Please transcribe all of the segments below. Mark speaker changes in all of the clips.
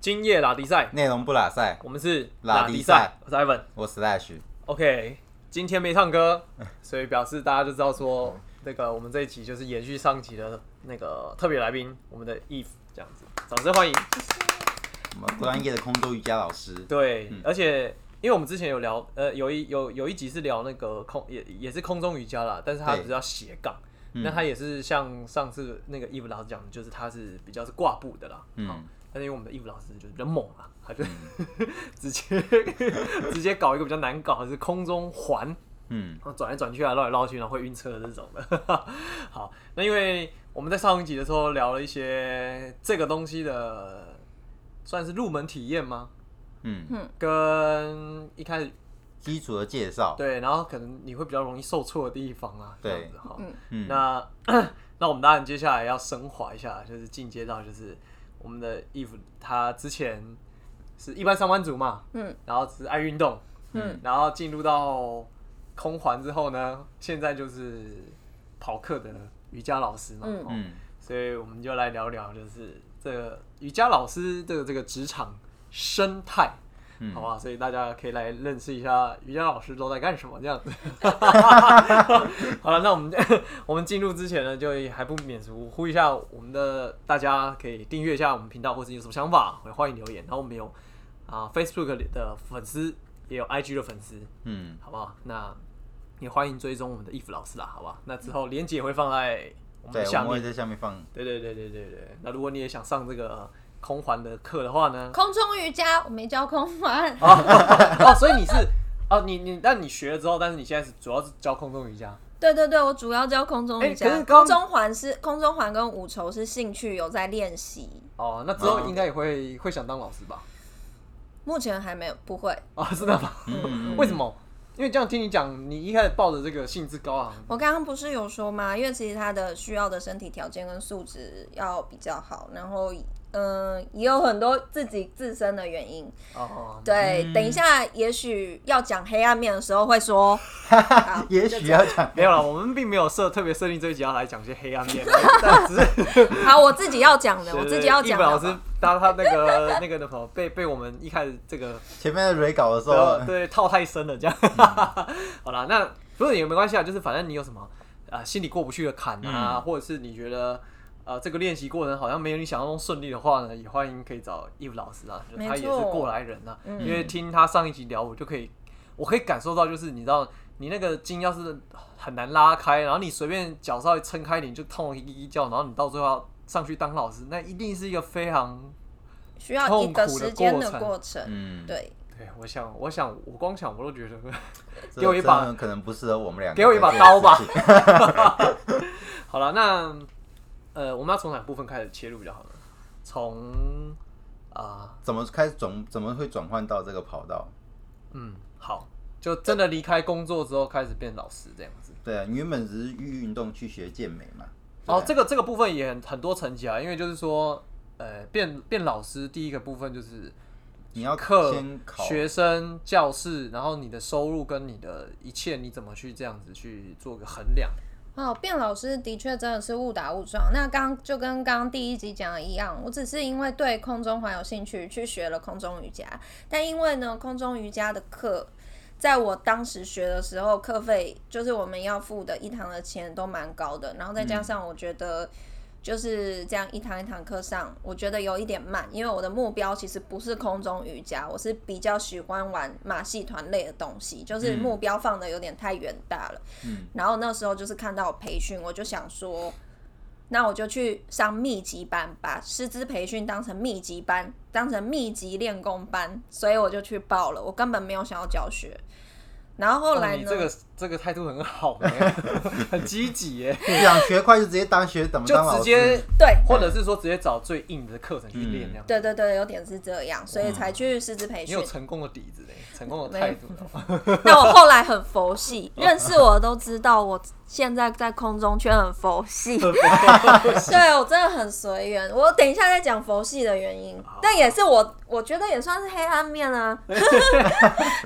Speaker 1: 今夜拉迪赛，
Speaker 2: 内容不拉塞，
Speaker 1: 我们是
Speaker 2: 拉
Speaker 1: 迪
Speaker 2: 迪赛，
Speaker 1: 我是 Ivan。
Speaker 2: 我 slash
Speaker 1: OK，今天没唱歌， 所以表示大家就知道说，那个我们这一期就是延续上期的那个特别来宾，我们的 Eve 这样子，掌声欢迎。
Speaker 2: 我们专业的空中瑜伽老师，
Speaker 1: 对，
Speaker 2: 嗯
Speaker 1: 而且因为我们之前有聊，呃，有一有有一集是聊那个空，也也是空中瑜伽啦，但是它
Speaker 2: 对
Speaker 1: 比较斜杠。
Speaker 2: 嗯
Speaker 1: 那它也是像上次那个 Eve 老师讲的，就是它是比较是挂布的啦，
Speaker 2: 嗯，
Speaker 1: 但是因为我们的义务老师就是比较猛啊，他就、 直接直接搞一个比较难搞，的是空中环，
Speaker 2: 嗯
Speaker 1: 然后转来转去啊，绕来绕去，然后会晕车的这种的。 好，那因为我们在上一集的时候聊了一些这个东西的，算是入门体验吗？
Speaker 2: 嗯，
Speaker 1: 跟一开始
Speaker 2: 基础的介绍，
Speaker 1: 对，然后可能你会比较容易受挫的地方啊，这
Speaker 2: 对
Speaker 1: 样子哈。
Speaker 3: 嗯
Speaker 2: 嗯
Speaker 1: 那 那我们当然接下来要升华一下，就是进阶到就是我们的 Eve 他之前是一般上班族嘛，
Speaker 3: 嗯，
Speaker 1: 然后只是爱运动，
Speaker 3: 嗯，
Speaker 1: 然后进入到空环之后呢，现在就是跑课的瑜伽老师嘛，
Speaker 3: 嗯
Speaker 1: 哦
Speaker 2: 嗯
Speaker 1: 所以我们就来聊聊就是这个瑜伽老师的这个职场生态。
Speaker 2: 嗯
Speaker 1: 好吧，所以大家可以来认识一下瑜伽老师都在干什么这样子。 好了，那我们 我们进入之前呢，就还不免俗呼吁一下我们的大家，可以订阅一下我们频道，或是有什么想法，也欢迎留言。然后我们有啊、Facebook 的粉丝，也有 IG 的粉丝，
Speaker 2: 嗯，
Speaker 1: 好不好？那也欢迎追踪我们的 if 老师啦，好吧？那之后连接也会放在我们
Speaker 2: 对，
Speaker 1: 的
Speaker 2: 我
Speaker 1: 下
Speaker 2: 们会
Speaker 1: 面。
Speaker 2: 在下面 放，
Speaker 1: 对对对对对对。那如果你也想上这个呃空环的课的话呢，
Speaker 3: 空中瑜伽我没教空环，
Speaker 1: 哦，所以你是哦，你你，但你学了之后，但是你现在是主要是教空中瑜伽，
Speaker 3: 对对对，我主要教空中瑜伽。
Speaker 1: 哎可是刚
Speaker 3: 空中环是空中环跟五筹是兴趣，有在练习。
Speaker 1: 哦，那之后应该也会、会想当老师吧？
Speaker 3: 目前还没有，不会。
Speaker 1: 啊、是的吧？
Speaker 2: 嗯
Speaker 1: 为什么？因为这样听你讲，你一开始抱着这个兴致高昂，
Speaker 3: 我刚刚不是有说吗？因为其实他的需要的身体条件跟素质要比较好，然后嗯、也有很多自己自身的原因。
Speaker 1: 哦，
Speaker 3: 对，
Speaker 2: 嗯
Speaker 3: 等一下也许要讲黑暗面的时候会说， 好
Speaker 2: 也许要讲，
Speaker 1: 没有了，我们并没有设特别设定这一集要来讲一些黑暗面，但只是
Speaker 3: 好，我自己要讲的，我自己要
Speaker 1: 一
Speaker 3: 讲
Speaker 1: 本
Speaker 3: 的好
Speaker 1: 老
Speaker 3: 不好。
Speaker 1: 师当他那个那个的朋友被被我们一开始这个
Speaker 2: 前面的蕊稿的时
Speaker 1: 对啊嗯
Speaker 2: 候，
Speaker 1: 对套太深了这样， 好啦，那不过也没关系啊，就是反正你有什么啊、呃心里过不去的坎啊，
Speaker 2: 嗯
Speaker 1: 或者是你觉得。呃，这个练习过程好像没有你想象中顺利的话呢，也欢迎可以找义务老师啊，就是
Speaker 3: 没
Speaker 1: 他也是
Speaker 3: 错
Speaker 1: 过来人啊。
Speaker 3: 嗯
Speaker 1: 因为听他上一集聊，我就可以，我可以感受到，就是你知道，你那个筋要是很难拉开，然后你随便脚稍微撑开一点就痛一一叫，然后你到最后要上去当老师，那一定是一个非常
Speaker 3: 需要一个时间的
Speaker 1: 痛苦的
Speaker 3: 过程。
Speaker 2: 嗯，
Speaker 3: 对，
Speaker 1: 对，我想，我想，我光想我都觉得
Speaker 2: 这
Speaker 1: 给我一把
Speaker 2: 真的可能不适合我们两个，
Speaker 1: 给我一把刀吧。好了，那呃，我们要从哪部分开始切入比较好呢？从啊、
Speaker 2: 怎么开始转？怎么会转换到这个跑道？
Speaker 1: 嗯，好，就真的离开工作之后开始变老师这样子。
Speaker 2: 对啊，你原本只是运运动去学健美嘛。啊
Speaker 1: 哦，这
Speaker 2: 个
Speaker 1: 个这个部分也很很多层级啊，因为就是说，呃，变变老师第一个部分就是
Speaker 2: 你要
Speaker 1: 课
Speaker 2: 先、考
Speaker 1: 学生、教室，然后你的收入跟你的一切，你怎么去这样子去做个衡量？
Speaker 3: 哦，卞老师的确真的是误打误撞。那刚就跟刚刚第一集讲的一样，我只是因为对空中环有兴趣，去学了空中瑜伽。但因为呢，空中瑜伽的课，在我当时学的时候，课费就是我们要付的一堂的钱都蛮高的，然后再加上我觉得。就是这样一堂一堂课上，我觉得有一点慢，因为我的目标其实不是空中瑜伽，我是比较喜欢玩马戏团类的东西，就是目标放的有点太远大了。
Speaker 2: 嗯
Speaker 3: 然后那时候就是看到培训，我就想说，那我就去上密集班，把师资培训当成密集班，当成密集练功班，所以我就去报了。我根本没有想要教学。然后后
Speaker 1: 哇
Speaker 3: 来
Speaker 1: 哦你
Speaker 3: 呢？
Speaker 1: 这个这个态度很好、 欸，很积极耶，
Speaker 2: 想学快就直接当学怎么
Speaker 1: 就
Speaker 2: 当老
Speaker 1: 直
Speaker 2: 师，
Speaker 1: 接
Speaker 3: 对
Speaker 1: 或者是说直接找最硬的课程去练这样。
Speaker 3: 对对对，有点是这样，所以才去师资培
Speaker 1: 嗯你
Speaker 3: 训
Speaker 1: 有。成功的底 子嘞，成功的态度了。
Speaker 3: 但我后来很佛系，认识我的都知道，我现在在空中圈很佛系。 对我真的很随缘，我等一下再讲佛系的原因，但也是我我觉得也算是黑暗面啊。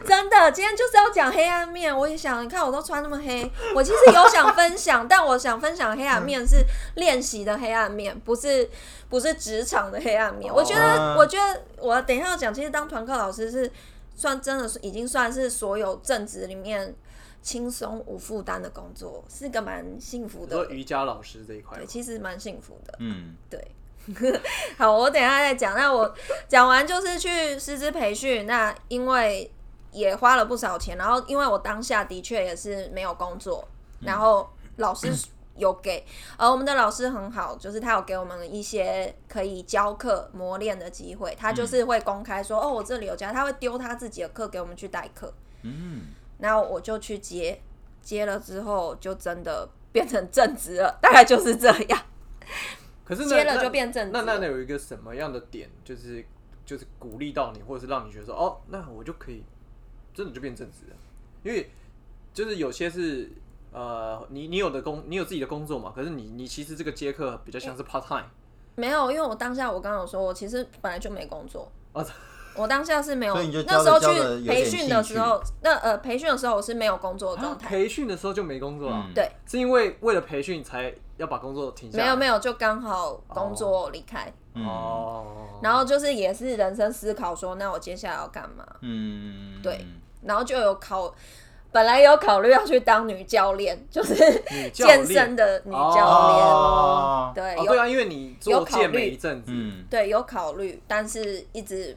Speaker 3: 真的，今天就是要讲黑暗面。我也想，你看靠，我都穿那么黑。我其实有想分享，但我想分享黑暗面是练习的黑暗面，不是不是职场的黑暗面。我觉
Speaker 2: 哦
Speaker 3: 得，我觉得我等一下要讲，其实当团课老师是算真的是已经算是所有正职里面轻松无负担的工作，是个蛮幸福
Speaker 1: 你说
Speaker 3: 的。
Speaker 1: 瑜伽老师这一块
Speaker 3: 对，，其实蛮幸福的。
Speaker 2: 嗯，
Speaker 3: 对， 好，我等一下再讲。那我讲完就是去师资培训，那因为也花了不少钱，然后因为我当下的确也是没有工作，
Speaker 1: 嗯
Speaker 3: 然后老师有给，呃而我们的老师很好，就是他有给我们一些可以教课磨练的机会，他
Speaker 1: 嗯
Speaker 3: 就是会公开说，哦，我这里有教，他会丢他自己的课给我们去代课，
Speaker 2: 嗯，
Speaker 3: 然后我就去接，接了之后就真的变成正职了，大概就是这样，
Speaker 1: 可是呢
Speaker 3: 接了
Speaker 1: 那
Speaker 3: 就变正职
Speaker 1: 那
Speaker 3: 了。
Speaker 1: 那那有一个什么样的点，就是就是鼓励到你，或者是让你觉得说，哦，那我就可以真的就变正直了，因为就是有些是呃，你你有的工，你有自己的工作嘛，可是你你其实这个接客比较
Speaker 3: 嗯
Speaker 1: 像是 part time，
Speaker 3: 没有，因为我当下我刚刚有说，我其实本来就没工作。
Speaker 1: 哦
Speaker 3: 我当下是没有
Speaker 2: 所以你就，
Speaker 3: 那
Speaker 2: 教着
Speaker 3: 时候
Speaker 2: 教着有
Speaker 3: 去
Speaker 2: 点
Speaker 3: 培训的时候，那呃培训的时候我是没有工作的状
Speaker 2: 啊
Speaker 3: 态，
Speaker 1: 啊培训的时候就没工作了，
Speaker 2: 嗯
Speaker 3: 对，
Speaker 1: 是因为为了培训才要把工作停下来，
Speaker 3: 没
Speaker 2: 啊
Speaker 3: 有没有，就刚好工作离开，
Speaker 2: 嗯，
Speaker 1: 哦，
Speaker 3: 然后就是也是人生思考说，那我接下来要干嘛？
Speaker 2: 嗯，
Speaker 3: 对然后就有考，本来有考虑要去当女教练，就是
Speaker 1: 女教练
Speaker 3: 健身的女教练，
Speaker 2: 哦，
Speaker 3: 对，
Speaker 1: 哦
Speaker 3: 有
Speaker 1: 对啊，因为你做
Speaker 3: 有考虑
Speaker 1: 健美一阵子，
Speaker 2: 嗯，
Speaker 3: 对，有考虑，但是一直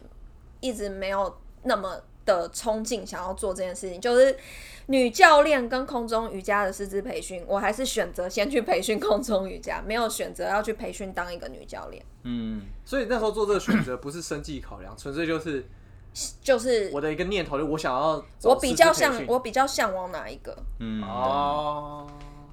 Speaker 3: 一直没有那么的冲劲，想要做这件事情。就是女教练跟空中瑜伽的师资培训，我还是选择先去培训空中瑜伽，没有选择要去培训当一个女教练。
Speaker 2: 嗯，
Speaker 1: 所以那时候做这个选择不是生计考量，纯粹就是
Speaker 3: 就是
Speaker 1: 我的一个念头，就我想要走
Speaker 3: 我比较
Speaker 1: 师资培
Speaker 3: 向
Speaker 1: 训
Speaker 3: 我比较向往哪一个，
Speaker 2: 嗯，
Speaker 1: 哦，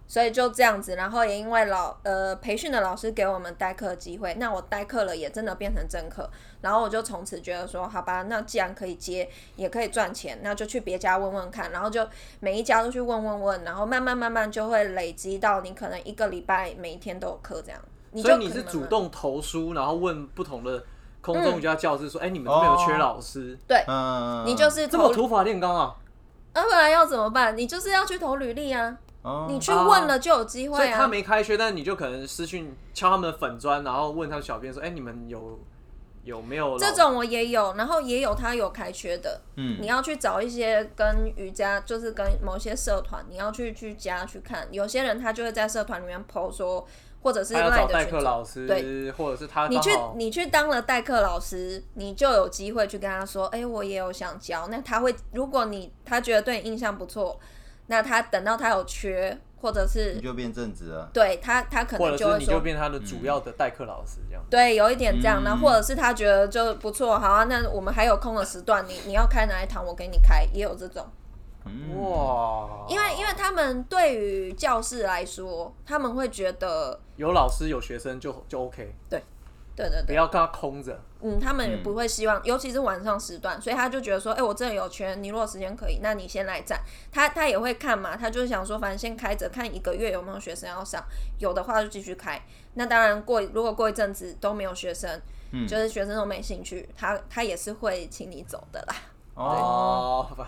Speaker 3: 所以就这样子。然后也因为老呃培训的老师给我们代课机会，那我代课了也真的变成正课，然后我就从此觉得说，好吧，那既然可以接，也可以赚钱，那就去别家问问看。然后就每一家都去问问问，然后慢慢慢慢就会累积到你可能一个礼拜每一天都有课这样。你
Speaker 1: 所以
Speaker 3: 就
Speaker 1: 你
Speaker 3: 可
Speaker 1: 是
Speaker 3: 能
Speaker 1: 主动投书，然后问不同的空中瑜伽教室说，哎、
Speaker 3: 哦
Speaker 1: 你们这边有缺老师？
Speaker 3: 对，
Speaker 2: 嗯，
Speaker 3: 你就是
Speaker 1: 啊这么
Speaker 3: 投，
Speaker 1: 土法炼钢啊！
Speaker 3: 那、不然要怎么办？你就是要去投履历啊，
Speaker 2: 哦，
Speaker 3: 你去问了就有机
Speaker 1: 所
Speaker 3: 会
Speaker 1: 以他
Speaker 3: 啊。
Speaker 1: 没开缺，但你就可能私讯敲他们的粉砖，然后问他们小编说，哎、你们有有没有老
Speaker 3: 这？种我也有，然后也有他有开缺的，
Speaker 2: 嗯
Speaker 3: 你要去找一些跟瑜伽，就是跟某些社团，你要去去加去看。有些人他就会在社团里面 PO 说，或者是
Speaker 1: 他要找
Speaker 3: 赖
Speaker 1: 代
Speaker 3: 的
Speaker 1: 课
Speaker 3: 群组。
Speaker 1: 老师
Speaker 3: 对，
Speaker 1: 或者是他
Speaker 3: 你去
Speaker 1: 刚好
Speaker 3: 你去当了代课老师，你就有机会去跟他说，哎、我也有想教。那他会，如果你他觉得对你印象不错，那他等到他有缺，或者
Speaker 2: 你
Speaker 3: 是
Speaker 2: 就变正直了，
Speaker 3: 对他他可
Speaker 1: 或
Speaker 3: 能
Speaker 1: 者
Speaker 3: 就是会
Speaker 1: 你
Speaker 3: 说
Speaker 1: 就，变他的主要的代课老师这样。
Speaker 3: 对，有一点这样，
Speaker 2: 嗯
Speaker 3: 然后或者是他觉得就不错，好啊，那我们还有空的时段，你你要开哪一堂，我给你开，也有这种。
Speaker 2: 嗯，
Speaker 1: 哇！
Speaker 3: 因为因为他们对于教室来说，他们会觉得，
Speaker 1: 有老师有学生就就 OK，
Speaker 3: 对对
Speaker 1: 不
Speaker 3: 对，
Speaker 1: 要跟他空着。
Speaker 3: 嗯，他们也不会希望，尤其是晚上时段，所以他就觉得说，哎、我这里有权，你如果时间可以，那你先来站。他他也会看嘛，他就是想说，反正先开着，看一个月有没有学生要上，有的话就继续开。那当然过，如果过一阵子都没有学生，
Speaker 2: 嗯
Speaker 3: 就是学生都没兴趣，他他也是会请你走的啦。
Speaker 2: 哦，，
Speaker 1: 反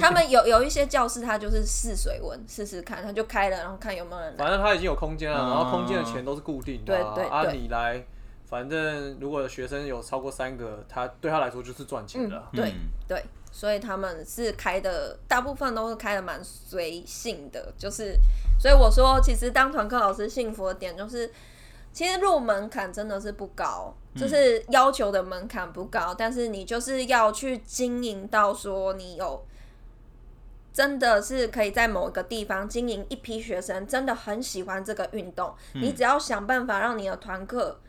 Speaker 3: 他们有有一些教室，他就是试水温，试试看，他就开了，然后看有没有人来。
Speaker 1: 反正它已经有空间了，
Speaker 2: 嗯
Speaker 1: 然后空间的钱都是固定的、啊，
Speaker 3: 对对
Speaker 1: 啊，
Speaker 3: 对
Speaker 1: 你来，反正如果学生有超过三个，他对他来说就是赚钱的啊、
Speaker 3: 对
Speaker 2: 嗯
Speaker 3: 对，所以他们是开的，大部分都是开的蛮随性的，就是，所以我说，其实当团课老师幸福的点就是，其实入门槛真的是不高，就是要求的门槛不高，但是你就是要去经营到说你有。真的是可以在某一个地方经营一批学生，真的很喜欢这个运动。你只要想办法让你的团课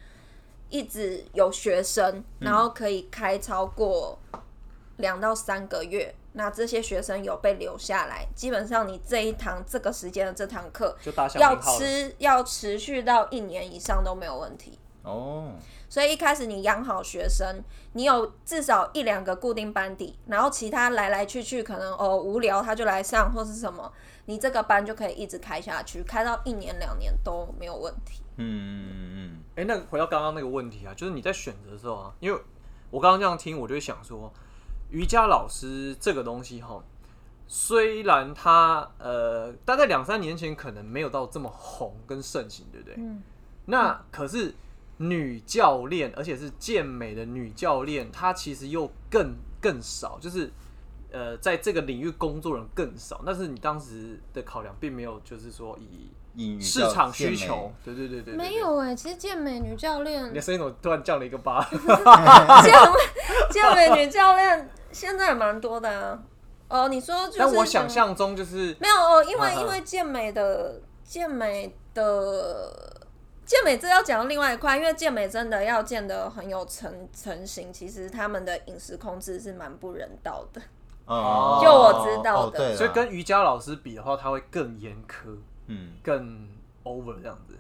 Speaker 3: 一直有学生，然后可以开超过两到三个月，那这些学生有被留下来，基本上你这一堂这个时间的这堂课
Speaker 1: 就打响
Speaker 3: 要
Speaker 1: 名号了。
Speaker 3: 吃要持续到一年以上都没有问题。
Speaker 2: 哦，
Speaker 3: 所以一开始你养好学生，你有至少一两个固定班底，然后其他来来去去，可能哦无聊他就来上或是什么，你这个班就可以一直开下去，开到一年两年都没有问题。
Speaker 2: 嗯嗯
Speaker 1: 哎、那回到刚刚那个问题啊，就是你在选择的时候啊，因为我刚刚这样听，我就会想说，瑜伽老师这个东西哈，虽然它呃大概两三年前可能没有到这么红跟盛行，对不对？
Speaker 3: 嗯
Speaker 1: 那可是女教练，而且是健美的女教练，她其实又更更少，就是呃，在这个领域工作人更少。但是你当时的考量并没有，就是说以
Speaker 2: 英语
Speaker 1: 市
Speaker 2: 叫
Speaker 1: 场
Speaker 2: 健
Speaker 1: 需
Speaker 2: 美
Speaker 1: 求，对对对对，对
Speaker 3: 没。有哎、其实健美女教练
Speaker 1: 你的声音怎么突然降了一个八？
Speaker 3: 健美健美女教练现在也蛮多的啊。哦，你说就是
Speaker 1: 但我想象中就是
Speaker 3: 没有哦，因为
Speaker 1: 嗯嗯
Speaker 3: 因为健美的健美的健美这要讲到另外一块，因为健美真的要健得很有成成型，其实他们的饮食控制是蛮不人道的。
Speaker 2: 哦
Speaker 1: 就
Speaker 3: 我知道
Speaker 2: 哦
Speaker 3: 的
Speaker 2: 对啦
Speaker 1: 所以跟瑜伽老师比的话，他会更严苛、
Speaker 2: 嗯
Speaker 1: 更 over 这样子。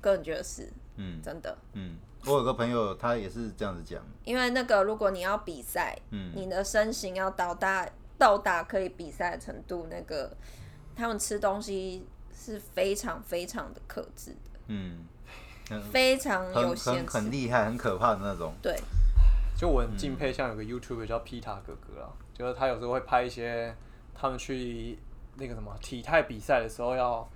Speaker 3: 个人觉得是
Speaker 2: 嗯
Speaker 3: 真的，
Speaker 2: 嗯，我有个朋友他也是这样子讲，
Speaker 3: 因为那个如果你要比赛，
Speaker 2: 嗯
Speaker 3: 你的身形要到达到达可以比赛的程度，那个他们吃东西是非常非常的克制的，
Speaker 2: 嗯，
Speaker 3: 非常有
Speaker 2: 很
Speaker 3: 限
Speaker 2: 很很
Speaker 3: 制。
Speaker 2: 厉害，很可怕的那种。
Speaker 3: 对，
Speaker 1: 就我很敬佩，像有个 YouTuber 叫皮塔哥哥啊，就是他有时候会拍一些他们去那个什么体态比赛的时候要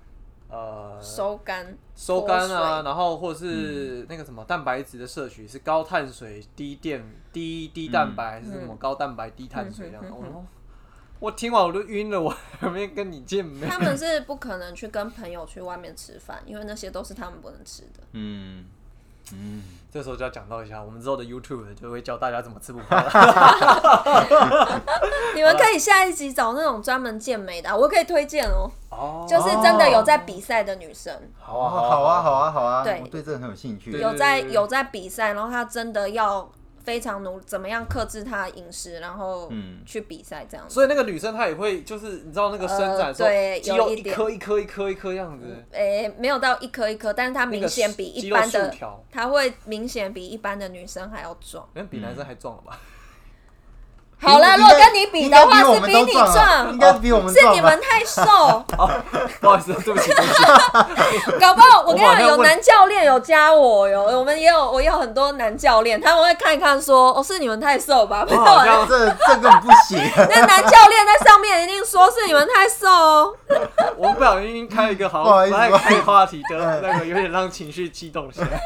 Speaker 1: 呃
Speaker 3: 收 干
Speaker 1: 收干
Speaker 3: 脱
Speaker 1: 啊，然后或是那个什么蛋白质的摄取是高碳水、低电、低低蛋白，还是什么高蛋白、低碳水这样。
Speaker 3: 嗯嗯嗯嗯
Speaker 1: 我说我听完我都晕了，我还没跟你见面。
Speaker 3: 他们是不可能去跟朋友去外面吃饭，因为那些都是他们不能吃的。
Speaker 2: 嗯嗯，
Speaker 1: 这时候就要讲到一下，我们之后的 YouTube 就会教大家怎么吃不胖。
Speaker 3: 你们可以下一集找那种专门健美的啊、我可以推荐哦，
Speaker 1: 哦，
Speaker 3: 就是真的有在比赛的女生，
Speaker 1: 好
Speaker 2: 哦
Speaker 1: 啊，
Speaker 2: 好啊，好啊，好啊，
Speaker 3: 对
Speaker 2: 我对这个很有兴趣
Speaker 1: 对。
Speaker 3: 有在有在比赛，然后她真的要非常努，怎么样克制她的饮食，然后
Speaker 2: 嗯
Speaker 3: 去比赛这样子。
Speaker 1: 所以那个女生她也会，就是你知道那个伸展的时候，
Speaker 3: 呃对
Speaker 1: 肌
Speaker 3: 有
Speaker 1: 肉
Speaker 3: 一
Speaker 1: 一
Speaker 3: 点
Speaker 1: 颗一颗一颗一颗这样
Speaker 2: 嗯
Speaker 1: 子，
Speaker 3: 诶、没有到一颗一颗，但是她
Speaker 1: 那
Speaker 3: 明
Speaker 1: 个
Speaker 3: 显比一般
Speaker 1: 肌肉
Speaker 3: 的
Speaker 1: 线，条，
Speaker 3: 她会明显比一般的女生还要壮。
Speaker 1: 那比男生还壮了吧？
Speaker 3: 好啦，
Speaker 2: 应
Speaker 3: 如果跟你比
Speaker 2: 应
Speaker 3: 的
Speaker 2: 该
Speaker 3: 话，
Speaker 2: 我
Speaker 3: 是
Speaker 2: 们
Speaker 3: 比
Speaker 2: 都
Speaker 3: 你
Speaker 2: 啊
Speaker 3: 壮
Speaker 2: 应，该比我们
Speaker 3: 是
Speaker 2: 壮
Speaker 3: 你
Speaker 2: 吧
Speaker 3: 们太 瘦。
Speaker 1: 不好意思，对不起，对 不起。
Speaker 3: 搞不好我跟你
Speaker 1: 我马
Speaker 3: 讲，
Speaker 1: 上
Speaker 3: 有
Speaker 1: 问
Speaker 3: 男教练有加我哟，我们也有我也有很多男教练，他们会看一看说，哦，是你们太瘦吧？没
Speaker 1: 我
Speaker 3: 有
Speaker 1: 好
Speaker 3: 啊，
Speaker 1: 像
Speaker 2: 这这个不行，
Speaker 3: 那男教练在上面一定说是你们太瘦哦。
Speaker 1: 我们不小心开一个好
Speaker 2: 不好意
Speaker 1: 像
Speaker 2: 思
Speaker 1: 不太
Speaker 2: 不好
Speaker 1: 开
Speaker 2: 意思
Speaker 1: 话题的那个，有点让情绪激动起 来。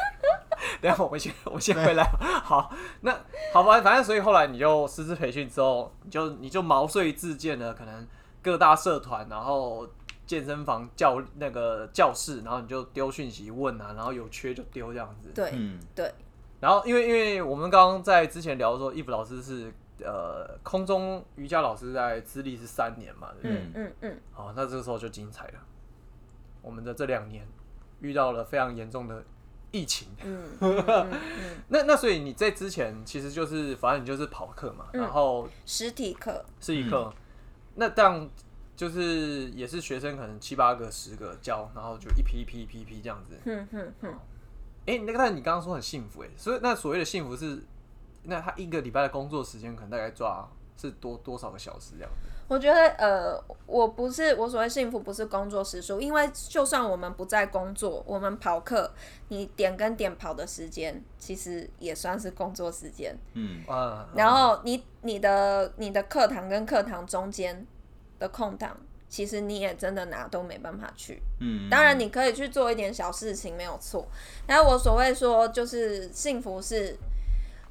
Speaker 1: 等一下我们先我们先回来。好，那好吧，反正所以后来你就师资培训之后，你就你就毛遂自荐了，可能各大社团，然后健身房教那个教室，然后你就丢讯息问啊，然后有缺就丢这样子。
Speaker 3: 对
Speaker 2: 嗯
Speaker 3: 对，
Speaker 1: 然后，因为因为我们刚刚在之前聊说，易卜老师是呃空中瑜伽老师，在资历是三年嘛，对不对？
Speaker 3: 嗯嗯嗯，
Speaker 1: 好，那这个时候就精彩了。我们的这两年遇到了非常严重的疫情，
Speaker 3: 嗯
Speaker 1: 那那所以你在之前其实就是反正你就是跑课嘛，然后
Speaker 3: 实体课
Speaker 1: 是一课，那这样就是也是学生可能七八个、十个教，然后就一批一批一批一批这样子。
Speaker 3: 哼哼哼，
Speaker 1: 哎、那个，但你刚刚说很幸福哎，所以那所谓的幸福是，那他一个礼拜的工作时间可能大概抓是多多少个小时这样？
Speaker 3: 我觉得呃，我不是我所谓幸福，不是工作时数，因为就算我们不在工作，我们跑课，你点跟点跑的时间，其实也算是工作时间。
Speaker 2: 嗯
Speaker 1: 嗯，
Speaker 3: 然后你你的你的课堂跟课堂中间的空档，其实你也真的哪都没办法去。
Speaker 2: 嗯，
Speaker 3: 当然，你可以去做一点小事情，没有错。然后我所谓说，就是幸福是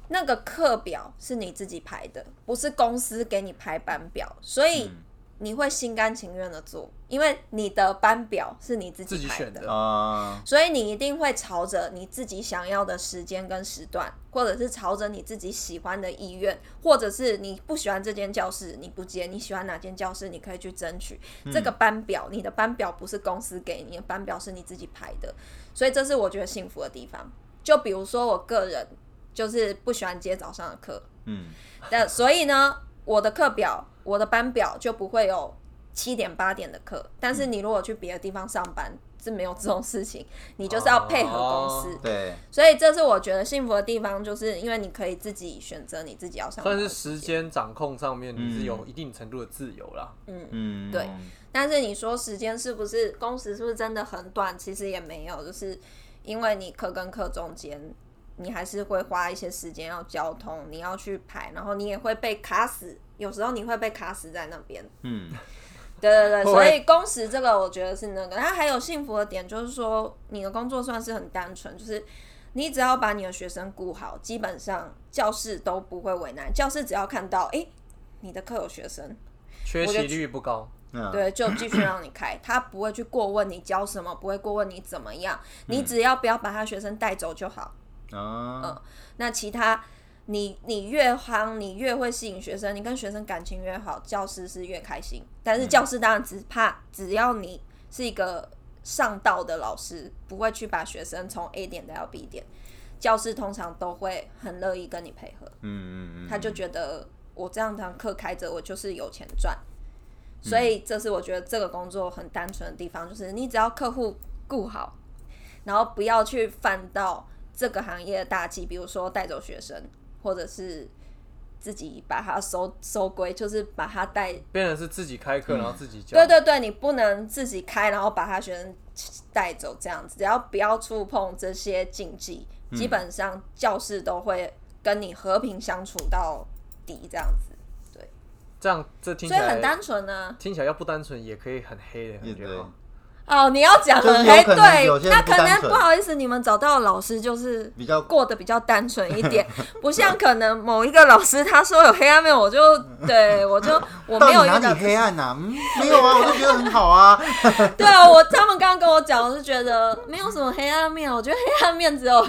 Speaker 3: 那个课表是你自己排的，不是公司给你排班表，所以
Speaker 2: 嗯
Speaker 3: 你会心甘情愿的做，因为你的班表是你自
Speaker 1: 自己
Speaker 3: 己排
Speaker 1: 选的
Speaker 2: 啊，
Speaker 3: 所以你一定会朝着你自己想要的时间跟时段，或者是朝着你自己喜欢的意愿，或者是你不喜欢这间教室，你不接；你喜欢哪间教室，你可以去争取。这个班表，你的班表不是公司给你的，班表是你自己排的，所以这是我觉得幸福的地方。就比如说我个人就是不喜欢接早上的课，
Speaker 2: 嗯
Speaker 3: 但所以呢，我的课表、我的班表就不会有七点八点的课。但是你如果去别的地方上班，是没有这种事情，你就是要配合公司。
Speaker 1: 哦
Speaker 2: 对，
Speaker 3: 所以这是我觉得幸福的地方，就是因为你可以自己选择你自己要上班
Speaker 1: 算
Speaker 3: 的
Speaker 1: 是时间掌控上面你是有一定程度的自由啦。
Speaker 3: 嗯。
Speaker 2: 嗯
Speaker 3: 对但是你说时间是不是工时是不是真的很短？其实也没有，就是因为你课跟课中间，你还是会花一些时间要交通，你要去排，然后你也会被卡死，有时候你会被卡死在那边。
Speaker 2: 嗯，
Speaker 3: 对对对，
Speaker 1: 会
Speaker 3: 所以工时这个我觉得是那个，它还有幸福的点就是说，你的工作算是很单纯，就是你只要把你的学生顾好，基本上教室都不会为难。教室只要看到，诶，你的课有学生，
Speaker 1: 缺
Speaker 3: 我
Speaker 1: 席
Speaker 3: 就
Speaker 1: 率不高。
Speaker 2: 那
Speaker 3: 对，就继续让你开，他不会去过问你教什么，不会过问你怎么样，你只要不要把他学生带走就好。
Speaker 2: 啊，
Speaker 3: 那其他你你越夯，你越会吸引学生，你跟学生感情越好，教师是越开心。但是教师当然只怕，只要你是一个上道的老师，不会去把学生从 A 点带到 B 点，教师通常都会很乐意跟你配合。
Speaker 2: 嗯嗯嗯，
Speaker 3: 他就觉得我这样堂课开着，我就是有钱赚。
Speaker 2: 嗯
Speaker 3: 所以这是我觉得这个工作很单纯的地方，就是你只要客户顾好，然后不要去犯到这个行业的大忌，比如说带走学生，或者是自己把它收收归，就是把它带。
Speaker 1: 变成是自己开课，然后自己教。
Speaker 3: 嗯对对对，你不能自己开，然后把他学生带走这样子，只要不要触碰这些禁忌，
Speaker 2: 嗯
Speaker 3: 基本上教室都会跟你和平相处到底这样子。对，
Speaker 1: 这样这听起
Speaker 3: 所以
Speaker 1: 来
Speaker 3: 很单纯啊呢、
Speaker 1: 听起来要不单纯也可以很黑的
Speaker 2: 也
Speaker 1: 感觉
Speaker 2: 对
Speaker 1: 哈。
Speaker 3: 哦，你要讲
Speaker 2: 就
Speaker 3: 了，
Speaker 2: 是有
Speaker 3: 哎，
Speaker 2: 可能有些
Speaker 3: 对，
Speaker 2: 人
Speaker 3: 那
Speaker 2: 不
Speaker 3: 可
Speaker 2: 单
Speaker 3: 能
Speaker 2: 纯
Speaker 3: 不好意思，你们找到的老师就是
Speaker 2: 比较
Speaker 3: 过得比较单纯一 点，不像可能某一个老师他说有黑暗面，我就对我就我
Speaker 2: 到底
Speaker 3: 没有
Speaker 2: 哪
Speaker 3: 遇到
Speaker 2: 里黑暗呐？嗯，没有啊，我就觉得很好啊。
Speaker 3: 对啊，我他们刚刚跟我讲，我是觉得没有什么黑暗面，我觉得黑暗面只有，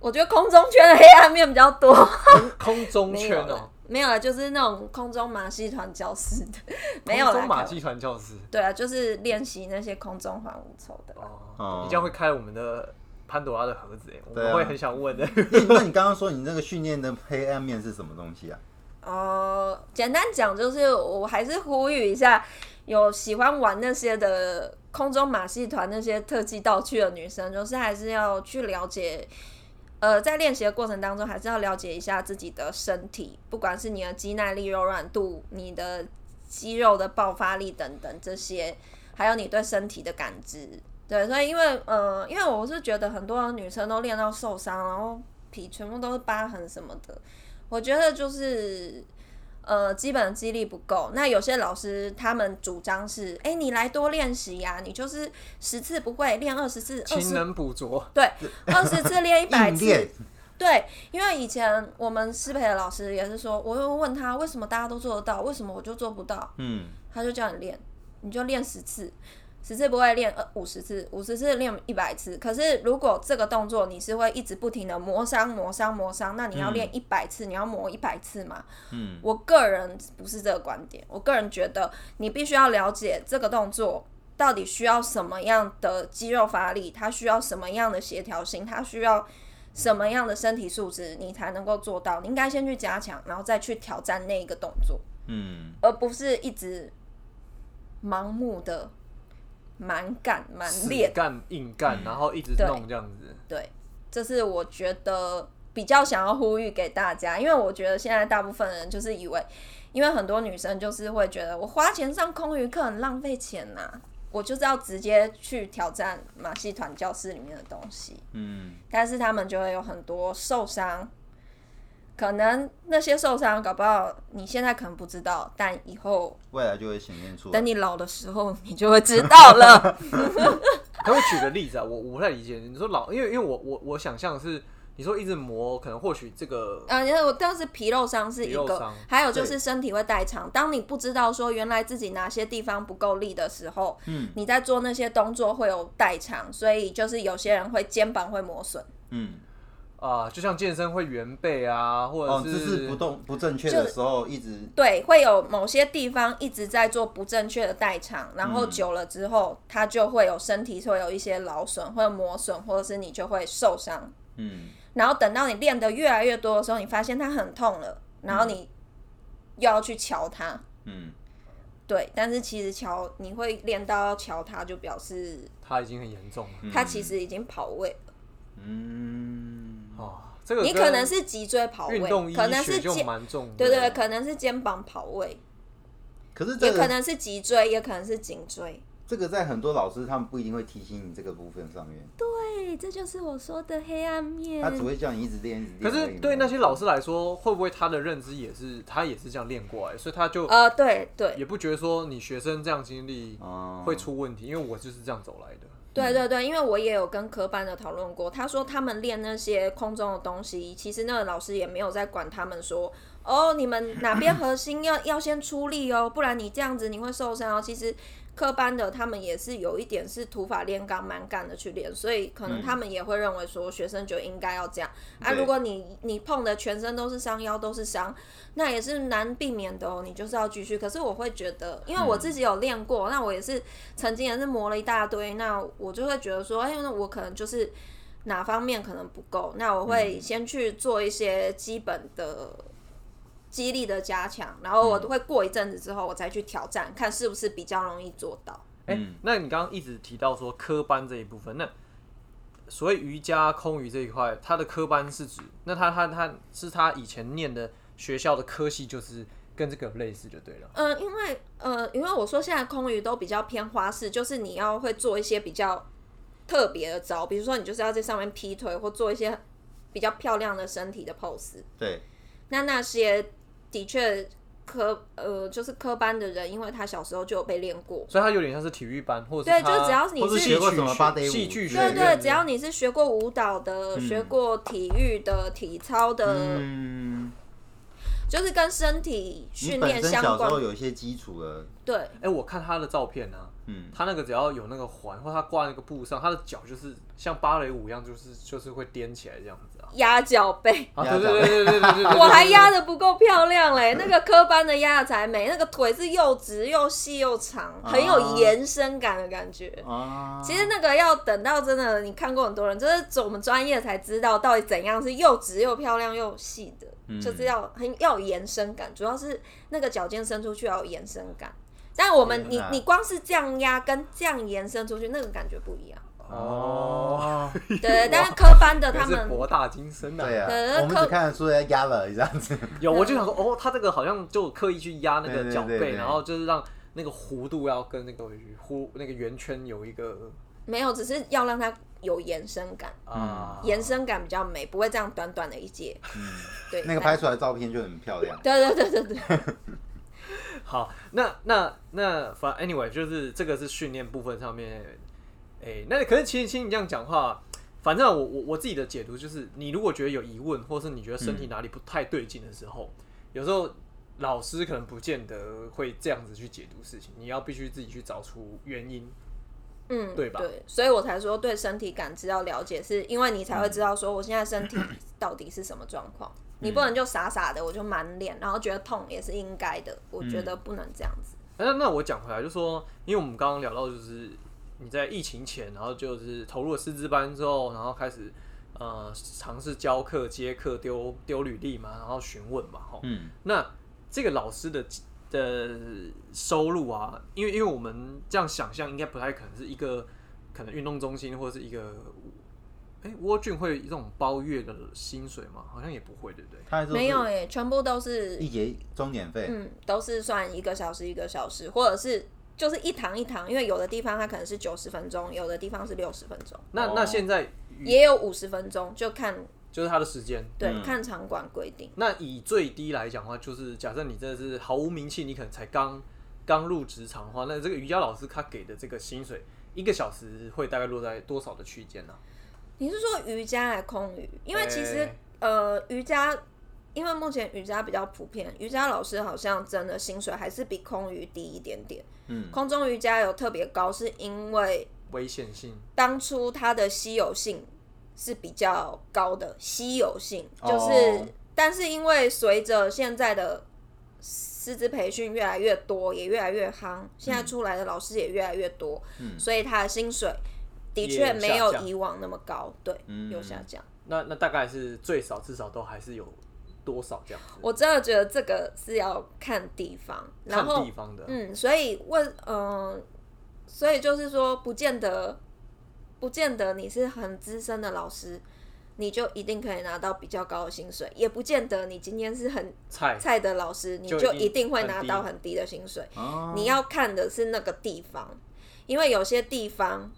Speaker 3: 我觉得空中圈的黑暗面比较多，
Speaker 1: 空中
Speaker 3: 没
Speaker 1: 圈
Speaker 3: 有
Speaker 1: 哦
Speaker 3: 了，，没有了，就是那种空中马戏团教室的，没有
Speaker 1: 空
Speaker 3: 啦
Speaker 1: 中马
Speaker 3: 开
Speaker 1: 戏
Speaker 3: 玩
Speaker 1: 团教室
Speaker 3: 对啊，就是练习那些空中环舞丑的啦。
Speaker 1: 哦
Speaker 2: 哦，
Speaker 1: 你这样会开我们的潘朵拉的盒子哎，我
Speaker 2: 对
Speaker 1: 们
Speaker 2: 啊
Speaker 1: 会很想问 的。
Speaker 2: 那你刚刚说你那个训练的黑暗面是什么东西啊？
Speaker 3: 哦、简单讲就是，我还是呼吁一下，有喜欢玩那些的空中马戏团那些特技道具的女生，就是还是要去了解。呃，在练习的过程当中，还是要了解一下自己的身体，不管是你的肌耐力、柔软度、你的肌肉的爆发力等等这些，还有你对身体的感知。对，所以因为呃，因为我是觉得很多女生都练到受伤，然后皮全部都是疤痕什么的，我觉得就是呃，基本的肌力不够。那有些老师他们主张是，哎、你来多练习呀，你就是十次不会练二十次，二
Speaker 1: 勤
Speaker 3: 十
Speaker 1: 能补拙，
Speaker 3: 对，二十次练一百
Speaker 2: 硬
Speaker 3: 次，
Speaker 2: 练，
Speaker 3: 对，因为以前我们师培的老师也是说，我又问他为什么大家都做得到，为什么我就做不到，
Speaker 2: 嗯，
Speaker 3: 他就叫你练，你就练十次，十次不会练呃五十次，五十次练一百次。可是如果这个动作你是会一直不停的磨伤、磨伤、磨伤，那你要练一百次，你要磨一百次嘛？
Speaker 2: 嗯，
Speaker 3: 我个人不是这个观点，我个人觉得你必须要了解这个动作。到底需要什么样的肌肉发力？它需要什么样的协调性？它需要什么样的身体素质，你才能够做到？你应该先去加强，然后再去挑战那一个动作。
Speaker 2: 嗯，
Speaker 3: 而不是一直盲目的蛮干蛮
Speaker 1: 死
Speaker 3: 练。
Speaker 1: 干硬
Speaker 2: 嗯
Speaker 1: 干，然后一直
Speaker 3: 对
Speaker 1: 弄这样子。
Speaker 3: 对，这是我觉得比较想要呼吁给大家，因为我觉得现在大部分人就是以为，因为很多女生就是会觉得我花钱上空余课很浪费钱呐、我就是要直接去挑战马戏团教室里面的东西。
Speaker 2: 嗯，
Speaker 3: 但是他们就会有很多受伤，可能那些受伤搞不好你现在可能不知道，但以后
Speaker 2: 未来就会显现出来
Speaker 3: 等。你老的时候，你就会知道了。
Speaker 1: 可我举个例子啊，我我不太理解。你说老，因为因为我我我想象是你说一直磨，可能或许这个
Speaker 3: 啊，因为我但是皮肉伤是一
Speaker 1: 皮肉
Speaker 3: 个
Speaker 1: 伤，
Speaker 3: 还有就是
Speaker 2: 对
Speaker 3: 身体会代偿。当你不知道说原来自己哪些地方不够力的时候，
Speaker 2: 嗯
Speaker 3: 你在做那些动作会有代偿，所以就是有些人会肩膀会磨损，
Speaker 2: 嗯，
Speaker 1: 啊、就像健身会圆背啊，或
Speaker 2: 哦，
Speaker 1: 者
Speaker 2: 姿
Speaker 1: 是、
Speaker 2: 势不动不正确的时候，一直
Speaker 3: 对，会有某些地方一直在做不正确的代偿，然
Speaker 1: 嗯
Speaker 3: 后久了之后，它就会有身体会有一些劳损，会有磨损，或者是你就会受伤。
Speaker 2: 嗯
Speaker 3: 然后等到你练得越来越多的时候，你发现它很痛了，然后
Speaker 1: 嗯
Speaker 3: 你又要去瞧它。
Speaker 2: 嗯
Speaker 3: 对，但是其实瞧你会练到要瞧它，就表示
Speaker 1: 它已经很严重了。
Speaker 2: 嗯
Speaker 3: 它其实已经跑位了。
Speaker 2: 嗯，
Speaker 1: 哦，这个
Speaker 3: 你
Speaker 1: 跟
Speaker 3: 可能是脊椎跑位，
Speaker 1: 运动医
Speaker 3: 可能
Speaker 1: 学
Speaker 3: 是
Speaker 1: 就
Speaker 3: 肩，
Speaker 1: 蛮啊重的，
Speaker 3: 对对对，可能是肩膀跑位，
Speaker 2: 可是
Speaker 3: 也
Speaker 2: 这
Speaker 3: 可
Speaker 2: 个
Speaker 3: 能是脊椎，也可能是颈椎。
Speaker 2: 这个在很多老师他们不一定会提醒你这个部分上面，
Speaker 3: 嗯对，这就是我说的黑暗面
Speaker 2: 他。只会叫你一直练，一直练。
Speaker 1: 可
Speaker 2: 而已
Speaker 1: 是
Speaker 2: 嘛
Speaker 1: 对那些老师来说，会不会他的认知也是他也是这样练过来，所以他就
Speaker 3: 呃，对对
Speaker 1: 也不觉得说你学生这样经历
Speaker 2: 哦
Speaker 1: 会出问题，因为我就是这样走来的。
Speaker 3: 对对对，因为我也有跟科班的讨论过，他说他们练那些空中的东西，其实那个老师也没有在管他们说，哦，你们哪边核心要要先出力哦，不然你这样子你会受伤哦。其实科班的他们也是有一点是土法炼钢、蛮干的去练，所以可能他们也会认为说学生就应该要这样、啊。
Speaker 2: 对
Speaker 3: 如果你你碰的全身都是伤，腰都是伤，那也是难避免的哦，你就是要继续。可是我会觉得，因为我自己有练过，那我也是曾经也是磨了一大堆，那我就会觉得说，哎、那我可能就是哪方面可能不够，那我会先去做一些基本的肌力的加强，然后我都会过一阵子之后，我再去挑战，看是不是比较容易做到。
Speaker 1: 哎、
Speaker 2: 嗯
Speaker 1: 那你刚刚一直提到说科班这一部分，那所谓瑜伽、空余这一块，它的科班是指，那他他他是他以前念的学校的科系，就是跟这个类似就对了。
Speaker 3: 呃，因为呃，因为我说现在空余都比较偏花式，就是你要会做一些比较特别的招，比如说你就是要在上面劈腿或做一些比较漂亮的身体的 pose。
Speaker 2: 对，
Speaker 3: 那那些的确科呃，就是科班的人，因为他小时候就有被练
Speaker 2: 嗯
Speaker 3: 过。
Speaker 1: 所以它有点像是体育班，或者
Speaker 3: 对
Speaker 1: 是它
Speaker 3: 就只要你
Speaker 1: 或是
Speaker 3: 是
Speaker 1: 戏
Speaker 2: 学过什
Speaker 1: 剧
Speaker 2: 么
Speaker 1: 学
Speaker 2: 芭蕾舞
Speaker 1: 戏剧
Speaker 2: 之
Speaker 1: 学
Speaker 2: 类
Speaker 3: 对
Speaker 1: 院这
Speaker 2: 的
Speaker 3: 对，
Speaker 1: 样
Speaker 3: 只要你是学过舞蹈的、学过体育的、体操的，
Speaker 2: 嗯，
Speaker 3: 就是跟身
Speaker 2: 你
Speaker 3: 体训
Speaker 2: 本
Speaker 3: 练
Speaker 2: 身
Speaker 3: 相
Speaker 2: 小时候
Speaker 3: 关。
Speaker 2: 有一些基础了，
Speaker 3: 对，
Speaker 1: 哎、我看他的照片啊，
Speaker 2: 嗯，
Speaker 1: 他那个只要有那个环，或他挂那个布上，他的脚就是像芭蕾舞一样，就是就是会颠起来这样子啊。
Speaker 3: 压脚背。
Speaker 1: 啊，
Speaker 2: 压
Speaker 1: 对
Speaker 2: 脚
Speaker 1: 对对对对对对对，
Speaker 3: 我还
Speaker 1: 对
Speaker 3: 压的不够漂亮嘞，那个科班的压的才美，那个腿是又直又细又长，很有延伸感的感觉。
Speaker 2: 啊，
Speaker 3: 其实那个要等到真的你看过很多人，就是我们专业才知道到底怎样是又直又漂亮又细的，
Speaker 2: 嗯
Speaker 3: 就是要很要有延伸感，主要是那个脚尖伸出去要有延伸感。但我们你
Speaker 2: 天哪
Speaker 3: 你光是这样压跟这样延伸出去，那个感觉不 一样。
Speaker 1: 哦，
Speaker 2: 哦，
Speaker 3: 对，但是科班的
Speaker 1: 原
Speaker 3: 他
Speaker 1: 来是
Speaker 3: 们
Speaker 1: 博大精深呐、
Speaker 2: 对啊
Speaker 3: 对那，
Speaker 2: 我们
Speaker 3: 科
Speaker 2: 只看得出来压了这样 子，
Speaker 1: 有，我就想说，哦，他这个好像就刻意去压那
Speaker 2: 对
Speaker 1: 个
Speaker 2: 对
Speaker 1: 脚
Speaker 2: 对
Speaker 1: 背，
Speaker 2: 对
Speaker 1: 然后就是让那个弧度要跟那个弧那个圆圈有一个
Speaker 3: 没有，只是要让它有延伸感。
Speaker 1: 啊，
Speaker 2: 嗯
Speaker 3: 延伸感比较美，不会这样短短的一 节。对，
Speaker 2: 那个拍出来的照片就很漂亮。
Speaker 3: 对对对对对，
Speaker 1: 好，那那那反 anyway 就是这个是训练部分上面，哎、那可是其实听你这样讲话，反正我我我自己的解读就是，你如果觉得有疑问，或是你觉得身体哪里不太对劲的时候，有时候老师可能不见得会这样子去解读事情，你要必须自己去找出原因。
Speaker 3: 嗯，
Speaker 1: 对吧
Speaker 3: 对，所以我才说对身体感知要了解，是因为你才会知道说我现在身体到底是什么状况。
Speaker 2: 嗯
Speaker 3: 你不能就傻傻的我就满脸，然后觉得痛也是应该的，我觉得不能这样子。
Speaker 1: 那那我讲回来，就说，因为我们刚刚聊到，就是你在疫情前，然后就是投入了师资班之后，然后开始呃尝试教课、接课、丢丢履历嘛，然后询问嘛，吼。
Speaker 2: 嗯，
Speaker 1: 那这个老师的的收入啊，因为因为我们这样想象，应该不太可能是一个可能运动中心或是一个，哎、沃郡会有这种包月的薪水吗？好像也不会，对不对？
Speaker 2: 他还说
Speaker 3: 没有
Speaker 2: 是
Speaker 3: 诶、全部都是
Speaker 2: 嗯一节钟点费，
Speaker 3: 嗯，都是算一个小时一个小时，或者是就是一堂一堂，因为有的地方它可能是九十分钟，有的地方是六十分钟，
Speaker 1: 那
Speaker 2: 哦
Speaker 1: 那现在
Speaker 3: 也有五十分钟，就看
Speaker 1: 就是他的时间，
Speaker 3: 对、
Speaker 2: 嗯
Speaker 3: 看场馆规定。
Speaker 1: 那以最低来讲的话，就是假设你真的是毫无名气，你可能才刚刚入职场的话，那这个瑜伽老师他给的这个薪水，一个小时会大概落在多少的区间呢、
Speaker 3: 你是说瑜伽还是空余？因为其实、
Speaker 1: 哎
Speaker 3: 呃，瑜伽，因为目前瑜伽比较普遍，瑜伽老师好像真的薪水还是比空余低一点点。
Speaker 2: 嗯，
Speaker 3: 空中瑜伽有特别高，是因为
Speaker 1: 危险性
Speaker 3: 当初它的稀有性是比较高的，稀有性
Speaker 2: 哦
Speaker 3: 就是，但是因为随着现在的师资培训越来越多，也越来越夯，现在出来的老师也越来越多，
Speaker 2: 嗯
Speaker 3: 所以他的薪水的
Speaker 1: 也
Speaker 3: 确
Speaker 1: 有
Speaker 3: 没有
Speaker 1: 下降
Speaker 3: 以往那么高，对，
Speaker 2: 嗯
Speaker 3: 有下降。
Speaker 1: 那那大概是最少至少都还是有多少这样子？
Speaker 3: 我真的觉得这个是要看地方，然
Speaker 1: 看
Speaker 3: 后
Speaker 1: 地方的，
Speaker 3: 嗯，所以问嗯、呃所以就是说，不见得，不见得你是很资深的老师，你就一定可以拿到比较高的薪水，也不见得你今天是很
Speaker 1: 菜
Speaker 3: 菜的老师，你
Speaker 1: 就
Speaker 3: 就
Speaker 1: 一定
Speaker 3: 一定会
Speaker 1: 很
Speaker 3: 拿
Speaker 1: 低
Speaker 3: 到很低的薪水。
Speaker 2: 哦
Speaker 3: 你要看的是那个地方，因为有些地方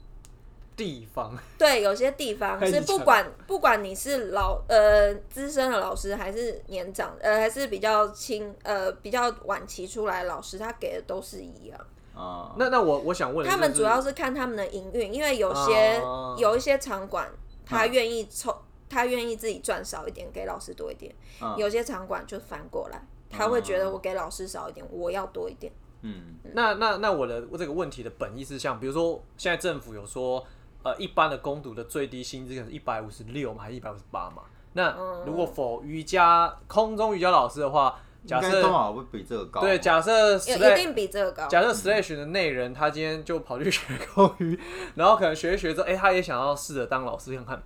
Speaker 1: 地方，
Speaker 3: 对，有些地方
Speaker 1: 太
Speaker 3: 是
Speaker 1: 异
Speaker 3: 不
Speaker 1: 常
Speaker 3: 管不管你是老呃资深的老师，还是年长呃还是比较轻呃比较晚期出来的老师，他给的都是一样。
Speaker 2: 啊，
Speaker 1: 那那我我想问的
Speaker 3: 他
Speaker 1: 就是
Speaker 3: 们主要是看他们的营运，因为有些、
Speaker 1: 哦
Speaker 3: 有一些场馆他愿意抽，他愿意自己赚少一点，给老师多一点；
Speaker 2: 嗯
Speaker 3: 有些场馆就反过来，他会觉得我给老师少一点，我要多一点。
Speaker 2: 嗯
Speaker 1: 那那那我的这个问题的本意是像，比如说现在政府有说，呃，一般的工读的最低薪资可能是一百五十六嘛，还是一百五十八嘛？那
Speaker 3: 嗯
Speaker 1: 如果否瑜伽空中瑜伽老师的话，
Speaker 2: 应
Speaker 1: 假
Speaker 2: 该多
Speaker 1: 设
Speaker 2: 少会比这个高。
Speaker 1: 对，假设
Speaker 3: 有
Speaker 1: slash
Speaker 3: 一定比这个高，
Speaker 1: 假设 slash 的内人他今天就跑去学口语，然后可能学一学之后，哎、他也想要试着当老师看看。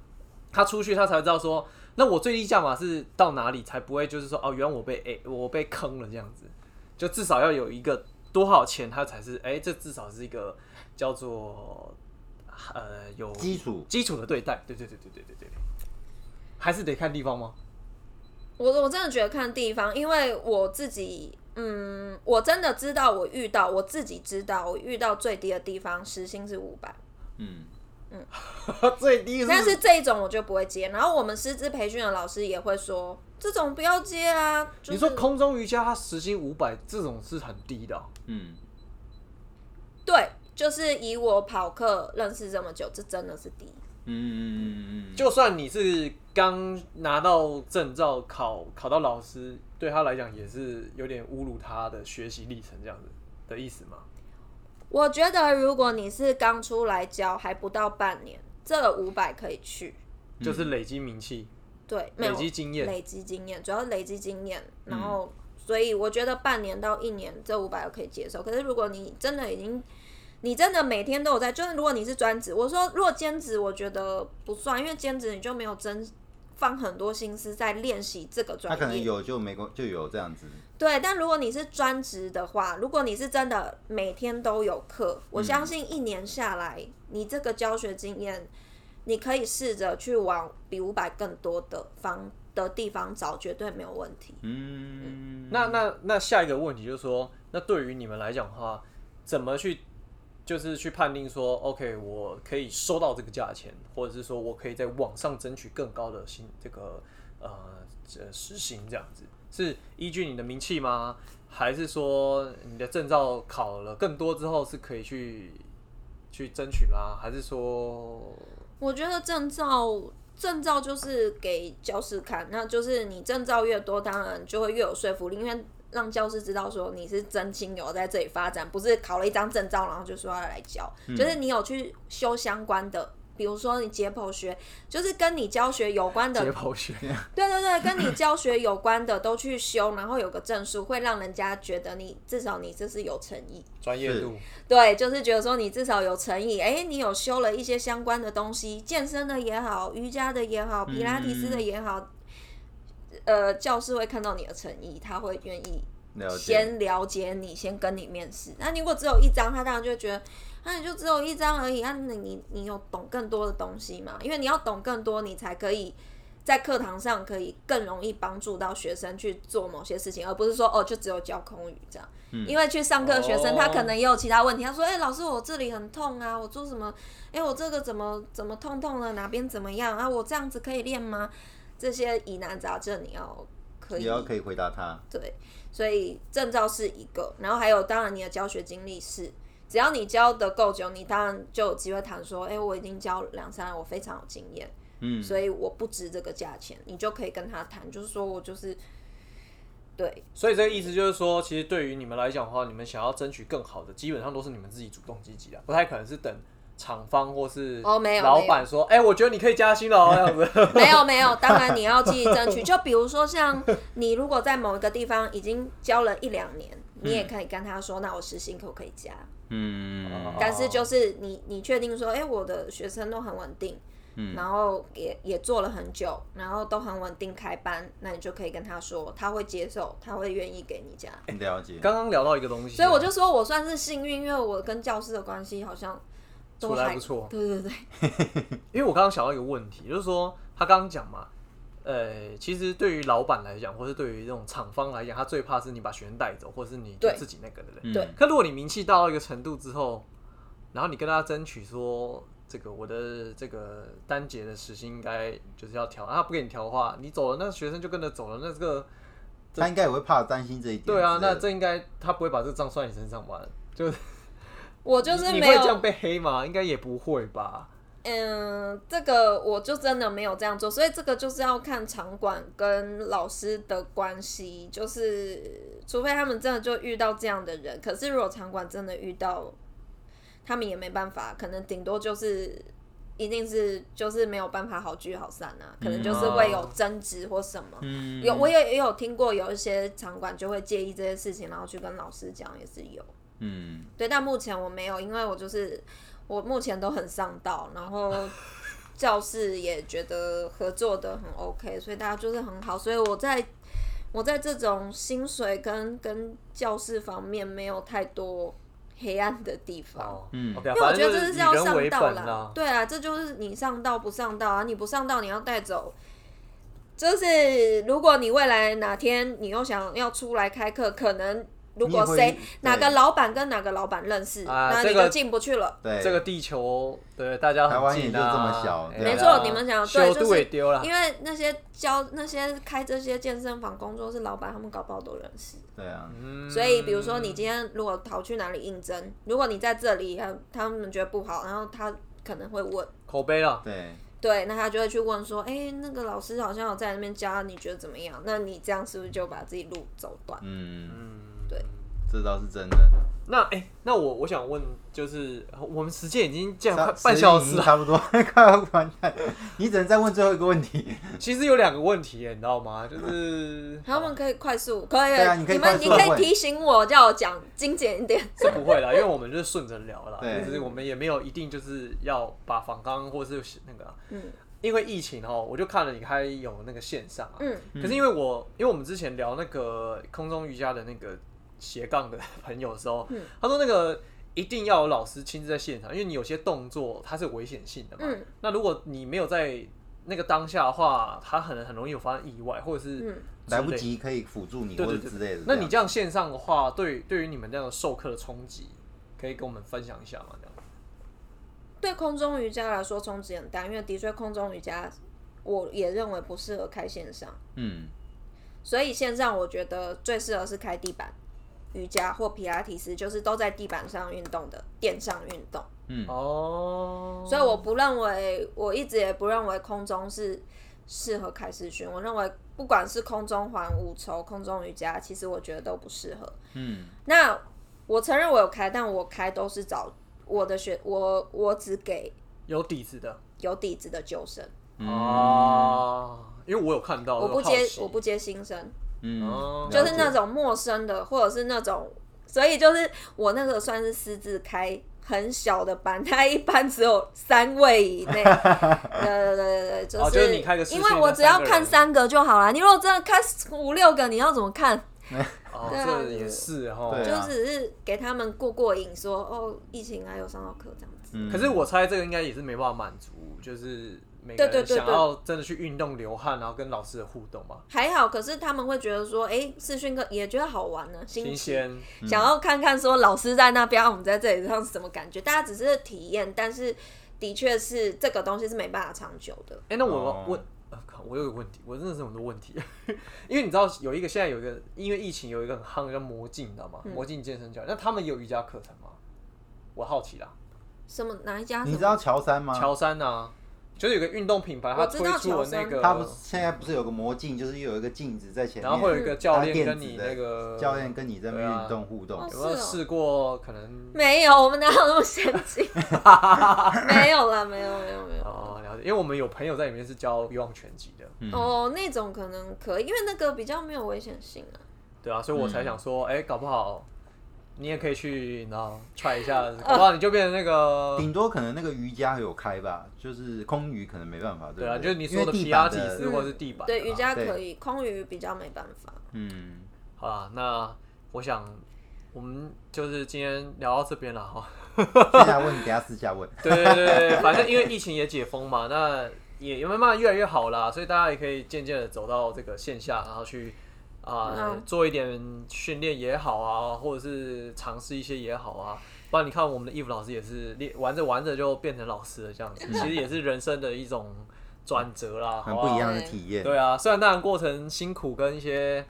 Speaker 1: 他出去他才知道说，那我最低价码是到哪里才不会就是说哦，原来我被哎、我被坑了这样子，就至少要有一个多少钱他才是哎、这至少是一个叫做呃有
Speaker 2: 基础
Speaker 1: 基础的对待，对对对对对对对，还是得看地方吗？
Speaker 3: 我我真的觉得看地方，因为我自己，嗯，我真的知道我遇到我自己知道我遇到最低的地方时薪是五百，
Speaker 2: 嗯
Speaker 1: 最低是
Speaker 3: 但是这一种我就不会接。然后我们师资培训的老师也会说，这种不要接啊。就是、
Speaker 1: 你说空中瑜伽它时薪五百这种是很低的哦、
Speaker 2: 嗯，
Speaker 3: 对，就是以我跑课认识这么久，这真的是低。
Speaker 2: 嗯嗯嗯嗯，
Speaker 1: 就算你是刚拿到证照考考到老师，对他来讲也是有点侮辱他的学习历程这样子的意思吗？
Speaker 3: 我觉得如果你是刚出来教，还不到半年，这五百可以去。
Speaker 1: 就是累积名气，
Speaker 3: 对，没有
Speaker 1: 累积经验。嗯
Speaker 3: 累积经验，主要是累积经验，然后、所以我觉得半年到一年这五百可以接受。可是如果你真的已经，你真的每天都有在，就是如果你是专职，我说如果兼职，我觉得不算，因为兼职你就没有真放很多心思在练习这个专
Speaker 2: 他
Speaker 3: 业。
Speaker 2: 可能有就没工就有这样子。
Speaker 3: 对，但如果你是专职的话，如果你是真的每天都有课，我相信一年下来，你这个教学经验，你可以试着去往比五百更多的方的地方找，绝对没有问题。
Speaker 2: 嗯，
Speaker 1: 那那那下一个问题就是说，那对于你们来讲的话，怎么去就是去判定说，OK，我可以收到这个价钱，或者是说我可以在网上争取更高的薪这个呃呃实行这样子，是依据你的名气吗？还是说你的证照考了更多之后是可以去去争取吗？还是说
Speaker 3: 我觉得证照证照就是给教师看，那就是你证照越多，当然就会越有说服力，因为让教师知道说你是真心有在这里发展，不是考了一张证照然后就说要来教，
Speaker 1: 嗯
Speaker 3: 就是你有去修相关的。比如说你解剖学，就是跟你教学有关的，
Speaker 1: 解剖学？
Speaker 3: 对对对，跟你教学有关的都去修，然后有个证书，会让人家觉得你至少你这是有诚意。
Speaker 1: 专业度，
Speaker 3: 对，就是觉得说你至少有诚意，哎，你有修了一些相关的东西，健身的也好，瑜伽的也好，皮拉提斯的也好，呃，教师会看到你的诚意，他会愿意
Speaker 2: 了解。
Speaker 3: 先了解你，先跟你面试。那如果只有一张，他当然就会觉得，那、你就只有一张而已，那、你你你有懂更多的东西吗？因为你要懂更多，你才可以。在课堂上可以更容易帮助到学生去做某些事情，而不是说哦就只有教空语这样。
Speaker 2: 嗯
Speaker 3: 因为去上课的学生
Speaker 1: 哦
Speaker 3: 他可能也有其他问题，他说：“哎、老师，我这里很痛啊，我做什么？哎、我这个怎么怎么痛痛的，哪边怎么样啊？我这样子可以练吗？”这些疑难杂症你要可以
Speaker 2: 也要可以回答他，
Speaker 3: 对，所以证照是一个，然后还有当然你的教学经历是，只要你教的够久，你当然就有机会谈说，哎、我已经教两三年，我非常有经验，
Speaker 2: 嗯，
Speaker 3: 所以我不值这个价钱，你就可以跟他谈，就是说我就是对
Speaker 1: 所以这个意思就是说，其实对于你们来讲的话，你们想要争取更好的，基本上都是你们自己主动积极的，啊不太可能是等厂方或是
Speaker 3: 哦没有
Speaker 1: 老板说，哎、我觉得你可以加薪了哦，这样子。
Speaker 3: 没有没有，当然你要积极争取。就比如说像你如果在某一个地方已经教了一两年，你也可以跟他说，那我时薪可不可以加？
Speaker 2: 嗯，
Speaker 3: 但
Speaker 1: 哦
Speaker 3: 是就是你你确定说，哎、我的学生都很稳定，
Speaker 1: 嗯
Speaker 3: 然后也也做了很久，然后都很稳定开班，那你就可以跟他说，他会接受，他会愿意给你加。
Speaker 1: 啊
Speaker 2: 了解。
Speaker 1: 刚刚聊到一个东西，
Speaker 3: 所以我就说我算是幸运，因为我跟教师的关系好像都
Speaker 1: 处得还
Speaker 3: 还
Speaker 1: 不错
Speaker 3: 对对对，
Speaker 1: 因为我刚刚想到一个问题，就是说他刚刚讲嘛，呃，其实对于老板来讲，或是对于这种厂方来讲，他最怕是你把学生带走，或是你就
Speaker 3: 对
Speaker 1: 自己那个的人。
Speaker 2: 嗯
Speaker 3: 对
Speaker 1: 可如果你名气大到一个程度之后，然后你跟他争取说，这个我的这个单节的时薪应该就是要调，啊他不给你调的话，你走了，那学生就跟着走了，那这个
Speaker 2: 他应该也会怕担心这一点之类
Speaker 1: 对
Speaker 2: 的。
Speaker 1: 啊，那这应该他不会把这个账算你身上吧？就
Speaker 3: 我就是
Speaker 1: 你
Speaker 3: 没
Speaker 1: 你会这样
Speaker 3: 有，
Speaker 1: 被黑吗？应该也不会吧？
Speaker 3: 嗯，这个我就真的没有这样做，所以这个就是要看场馆跟老师的关系，就是除非他们真的就遇到这样的人，可是如果场馆真的遇到，他们也没办法，可能顶多就是。一定是就是没有办法好聚好散啊，可能就是会有争执或什么。
Speaker 2: 哦嗯
Speaker 3: 有我也也有听过，有一些场馆就会介意这些事情，然后去跟老师讲，也是有。
Speaker 2: 嗯，
Speaker 3: 对，但目前我没有，因为我就是我目前都很上道，然后教室也觉得合作的很 OK，所以大家就是很好，所以我在我在这种薪水跟跟教室方面没有太多黑暗的地方。
Speaker 1: 哦，
Speaker 2: 嗯
Speaker 1: OK，啊
Speaker 3: 因为我
Speaker 1: 反
Speaker 3: 觉
Speaker 1: 正
Speaker 3: 得这
Speaker 1: 就是以
Speaker 3: 要
Speaker 1: 人
Speaker 3: 上
Speaker 1: 为
Speaker 3: 道
Speaker 1: 本
Speaker 3: 啦，
Speaker 1: 啦。
Speaker 3: 对啊，这就是你上道不上道啊，你不上道你要带走。就是如果你未来哪天你又想要出来开课，可能如果
Speaker 2: 你也
Speaker 3: 谁
Speaker 2: 会
Speaker 3: 哪个
Speaker 2: 对
Speaker 3: 老板跟哪个老板认识，
Speaker 1: 啊
Speaker 3: 那
Speaker 1: 这
Speaker 3: 你
Speaker 1: 个
Speaker 3: 就进不去了。
Speaker 2: 对，
Speaker 1: 这个地球，对大家很
Speaker 2: 台湾也
Speaker 1: 近
Speaker 2: 就
Speaker 1: 啊
Speaker 2: 这么小
Speaker 1: 哎
Speaker 2: 对
Speaker 3: 没
Speaker 1: 呀
Speaker 3: 错，你们讲对，
Speaker 1: 修
Speaker 3: 就
Speaker 1: 度也
Speaker 3: 是
Speaker 1: 丢了，
Speaker 3: 因为那些教那些开这些健身房工作室老板，他们搞不好都认识。
Speaker 2: 对啊，
Speaker 1: 嗯
Speaker 3: 所以，比如说你今天如果逃去哪里应征，如果你在这里，他他们觉得不好，然后他可能会问。
Speaker 1: 口碑了，
Speaker 2: 对，
Speaker 3: 对，那他就会去问说，哎、那个老师好像有在那边教，你觉得怎么样？那你这样是不是就把自己路走短？
Speaker 2: 嗯，
Speaker 3: 对，
Speaker 2: 这倒是真的。
Speaker 1: 那哎、那我我想问，就是我们时间已经这样快
Speaker 2: 差
Speaker 1: 半小时
Speaker 2: 时间
Speaker 1: 了，
Speaker 2: 已经差不多， 快要完蛋。你只能再问最后一个问题。
Speaker 1: 其实有两个问题耶，你知道吗？就是
Speaker 3: 他们可以快速，可以，
Speaker 2: 啊对啊你可以
Speaker 3: 们
Speaker 2: 快
Speaker 3: 你
Speaker 2: 速
Speaker 3: 可
Speaker 2: 地
Speaker 3: 以
Speaker 2: 问
Speaker 3: 提醒我，叫我讲精简一点。
Speaker 1: 是不会啦，因为我们就是顺着聊啦，
Speaker 2: 对
Speaker 1: 就是我们也没有一定就是要把访纲或是那个啊、
Speaker 3: 嗯
Speaker 1: 因为疫情哦，我就看了你还有那个线上啊，
Speaker 3: 嗯，
Speaker 1: 可是因为我因为我们之前聊那个空中瑜伽的那个斜杠的朋友的时候，
Speaker 3: 嗯
Speaker 1: 他说那个一定要有老师亲自在现场，因为你有些动作它是有危险性的嘛。
Speaker 3: 嗯
Speaker 1: 那如果你没有在那个当下的话，它可能很容易有发生意外，或者是
Speaker 3: 嗯
Speaker 1: 之类
Speaker 2: 来不。及可以辅助你
Speaker 1: 对
Speaker 2: 或
Speaker 1: 对对
Speaker 2: 者之类的。
Speaker 1: 那你这样线上的话，对于对于你们这样的授课的冲击，可以跟我们分享一下吗？这样
Speaker 3: 对空中瑜伽来说冲击很大，因为的确空中瑜伽，我也认为不适合开线上，
Speaker 2: 嗯，
Speaker 3: 所以线上我觉得最适合是开地板瑜伽或皮拉提斯，就是都在地板上运动的垫上运动。
Speaker 2: 嗯
Speaker 1: 哦，
Speaker 3: 所以我不认为，我一直也不认为空中是适合开视讯。我认为不管是空中环、五筹、空中瑜伽，其实我觉得都不适合。
Speaker 2: 嗯
Speaker 3: 那我承认我有开，但我开都是找我的学，我我只给
Speaker 1: 有底子的
Speaker 3: 有底子的旧生，
Speaker 2: 嗯
Speaker 1: 哦，因为我有看到，
Speaker 3: 我不
Speaker 1: 有好
Speaker 3: 接
Speaker 1: 奇
Speaker 3: 我不接新生，
Speaker 1: 哦
Speaker 2: 嗯，
Speaker 3: 就
Speaker 2: 了
Speaker 3: 是那
Speaker 2: 解
Speaker 3: 种陌生的，或者是那种，所以就是我那个算是私自开。很小的班， 它一般只有三位以 内。呃，对对对就
Speaker 1: 哦
Speaker 3: 是
Speaker 1: 就是你开个视
Speaker 3: 因
Speaker 1: 讯
Speaker 3: 为我只要看
Speaker 1: 那三个人
Speaker 3: 三个就好啦。你如果真的看五六个，你要怎么看？
Speaker 1: 哦，
Speaker 3: 对啊
Speaker 1: 这也是哦哈，
Speaker 2: 对
Speaker 3: 就
Speaker 2: 啊
Speaker 3: 只是给他们过过瘾，说哦，疫情还有上到课这样子。
Speaker 2: 嗯
Speaker 1: 可是我猜这个应该也是没办法满足，就是每个
Speaker 3: 对对
Speaker 1: 人
Speaker 3: 对
Speaker 1: 想
Speaker 3: 对
Speaker 1: 要真的去运动流汗，然后跟老师的互动嘛，
Speaker 3: 还好，可是他们会觉得说，哎、视讯课也觉得好玩呢、啊新
Speaker 1: 新
Speaker 3: 奇，
Speaker 1: 鲜。
Speaker 3: 想要看看说老师在那边，我们在这里上是什么感觉？大家只是体验，但是的确是这个东西是没办法长久的。
Speaker 1: 哎、那我、
Speaker 2: 哦
Speaker 1: 我啊靠，我有个问题，我真的是很多问题， 因为你知道有一个现在有一个因为疫情有一个很夯叫魔镜，你知道吗？嗯魔镜健身教练，那他们有瑜伽课程吗？我好奇啦，
Speaker 3: 什么哪一家？
Speaker 2: 你
Speaker 3: 什
Speaker 2: 知道
Speaker 3: 么？
Speaker 2: 乔山吗？
Speaker 1: 乔山啊，就是有个运动品牌，它
Speaker 3: 我知
Speaker 1: 推
Speaker 3: 道
Speaker 1: 出了那
Speaker 3: 乔山
Speaker 1: 个，
Speaker 2: 他不是现在不是有个魔镜，就是有一个镜子在前面，
Speaker 1: 然后会有一个教练
Speaker 2: 搭
Speaker 1: 跟
Speaker 2: 垫
Speaker 1: 你
Speaker 2: 子的
Speaker 1: 那个
Speaker 2: 教练跟你在那边
Speaker 1: 对啊
Speaker 2: 运动互动
Speaker 3: 哦。
Speaker 1: 有没有
Speaker 3: 是哦
Speaker 1: 试过？可能
Speaker 3: 没有，我们哪有那么先进？没有啦，没有，没有，没有。
Speaker 1: 哦，了解，因为我们有朋友在里面是教欲望拳击的，
Speaker 2: 嗯
Speaker 3: 哦，那种可能可以，因为那个比较没有危险性啊。
Speaker 1: 对啊，所以我才想说，哎、搞不好你也可以去，你知道踹一下，搞不好你就变成那个，
Speaker 2: 顶多可能那个瑜伽有开吧，就是空瑜可能没办法，对不
Speaker 1: 对啊，就是你
Speaker 2: 因为
Speaker 1: 说的
Speaker 2: 地
Speaker 1: 皮
Speaker 2: 板
Speaker 1: 拉提斯或者是地板、
Speaker 3: 对，瑜，伽
Speaker 2: 对
Speaker 3: 可以，空余比较没办法。
Speaker 2: 嗯，
Speaker 1: 好啦，那我想我们就是今天聊到这边了哈。
Speaker 2: 现在问，等下私 下问。
Speaker 1: 对对对对，反正因为疫情也解封嘛，那也也慢慢越来越好啦，所以大家也可以渐渐的走到这个线下，然后去啊、
Speaker 3: 嗯
Speaker 1: 做一点训练也好啊，或者是尝试一些也好啊。不然你看我们的义务老师也是练玩着玩着就变成老师了，这样子，其实也是人生的一种转折啦，
Speaker 2: 很
Speaker 1: 好
Speaker 2: 不
Speaker 1: 好
Speaker 2: 一样的
Speaker 3: 对
Speaker 2: 体验。
Speaker 1: 对啊，虽然当然过程辛苦跟一些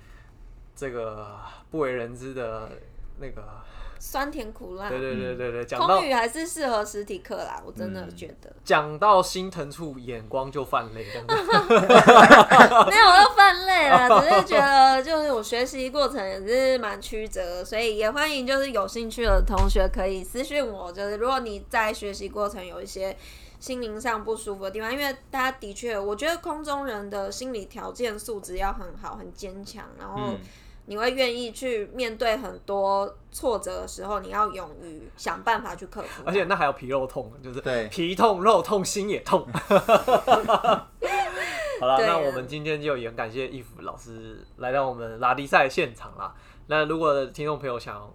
Speaker 1: 这个不为人知的那个，
Speaker 3: 酸甜苦辣。
Speaker 1: 对对对对对，讲到
Speaker 3: 空语还是适合实体课啦，我真的觉得、
Speaker 1: 讲到心疼处，眼光就泛泪，这样子
Speaker 3: 没有要犯累了， 只是觉得就是我学习过程也是蛮曲折，所以也欢迎就是有兴趣的同学可以私讯我，就是如果你在学习过程有一些心灵上不舒服的地方，因为他的确，我觉得空中人的心理条件素质要很好，很坚强，然后
Speaker 2: 嗯，
Speaker 3: 你会愿意去面对很多挫折的时候，你要勇于想办法去克服它。
Speaker 1: 而且那还有皮肉痛，就是
Speaker 2: 对
Speaker 1: 皮痛、肉痛、心也痛。好了，
Speaker 3: 对
Speaker 1: 那
Speaker 3: 啊，
Speaker 1: 我们今天就也很感谢义父老师来到我们拉力赛现场啦。那如果听众朋友想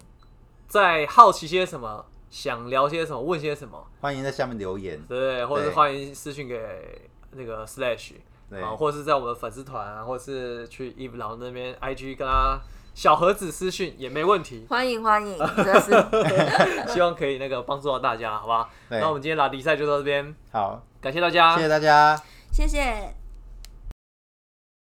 Speaker 1: 再好奇些什么，想聊些什么，问些什么，
Speaker 2: 欢迎在下面留言。
Speaker 1: 对不对？或者是
Speaker 2: 对
Speaker 1: 欢迎私讯给那个 Slash，
Speaker 2: 对
Speaker 1: 啊，或是在我们的粉丝团啊，或是去伊布老那边 IG 跟他小盒子私讯也没问题
Speaker 3: 欢迎欢迎，这 是
Speaker 1: 希望可以那个帮助到大家，好吧？
Speaker 2: 对
Speaker 1: 那我们今天拉迪赛就到这边，
Speaker 2: 好，
Speaker 1: 啊感谢大家，
Speaker 2: 谢谢大家。
Speaker 3: 谢谢。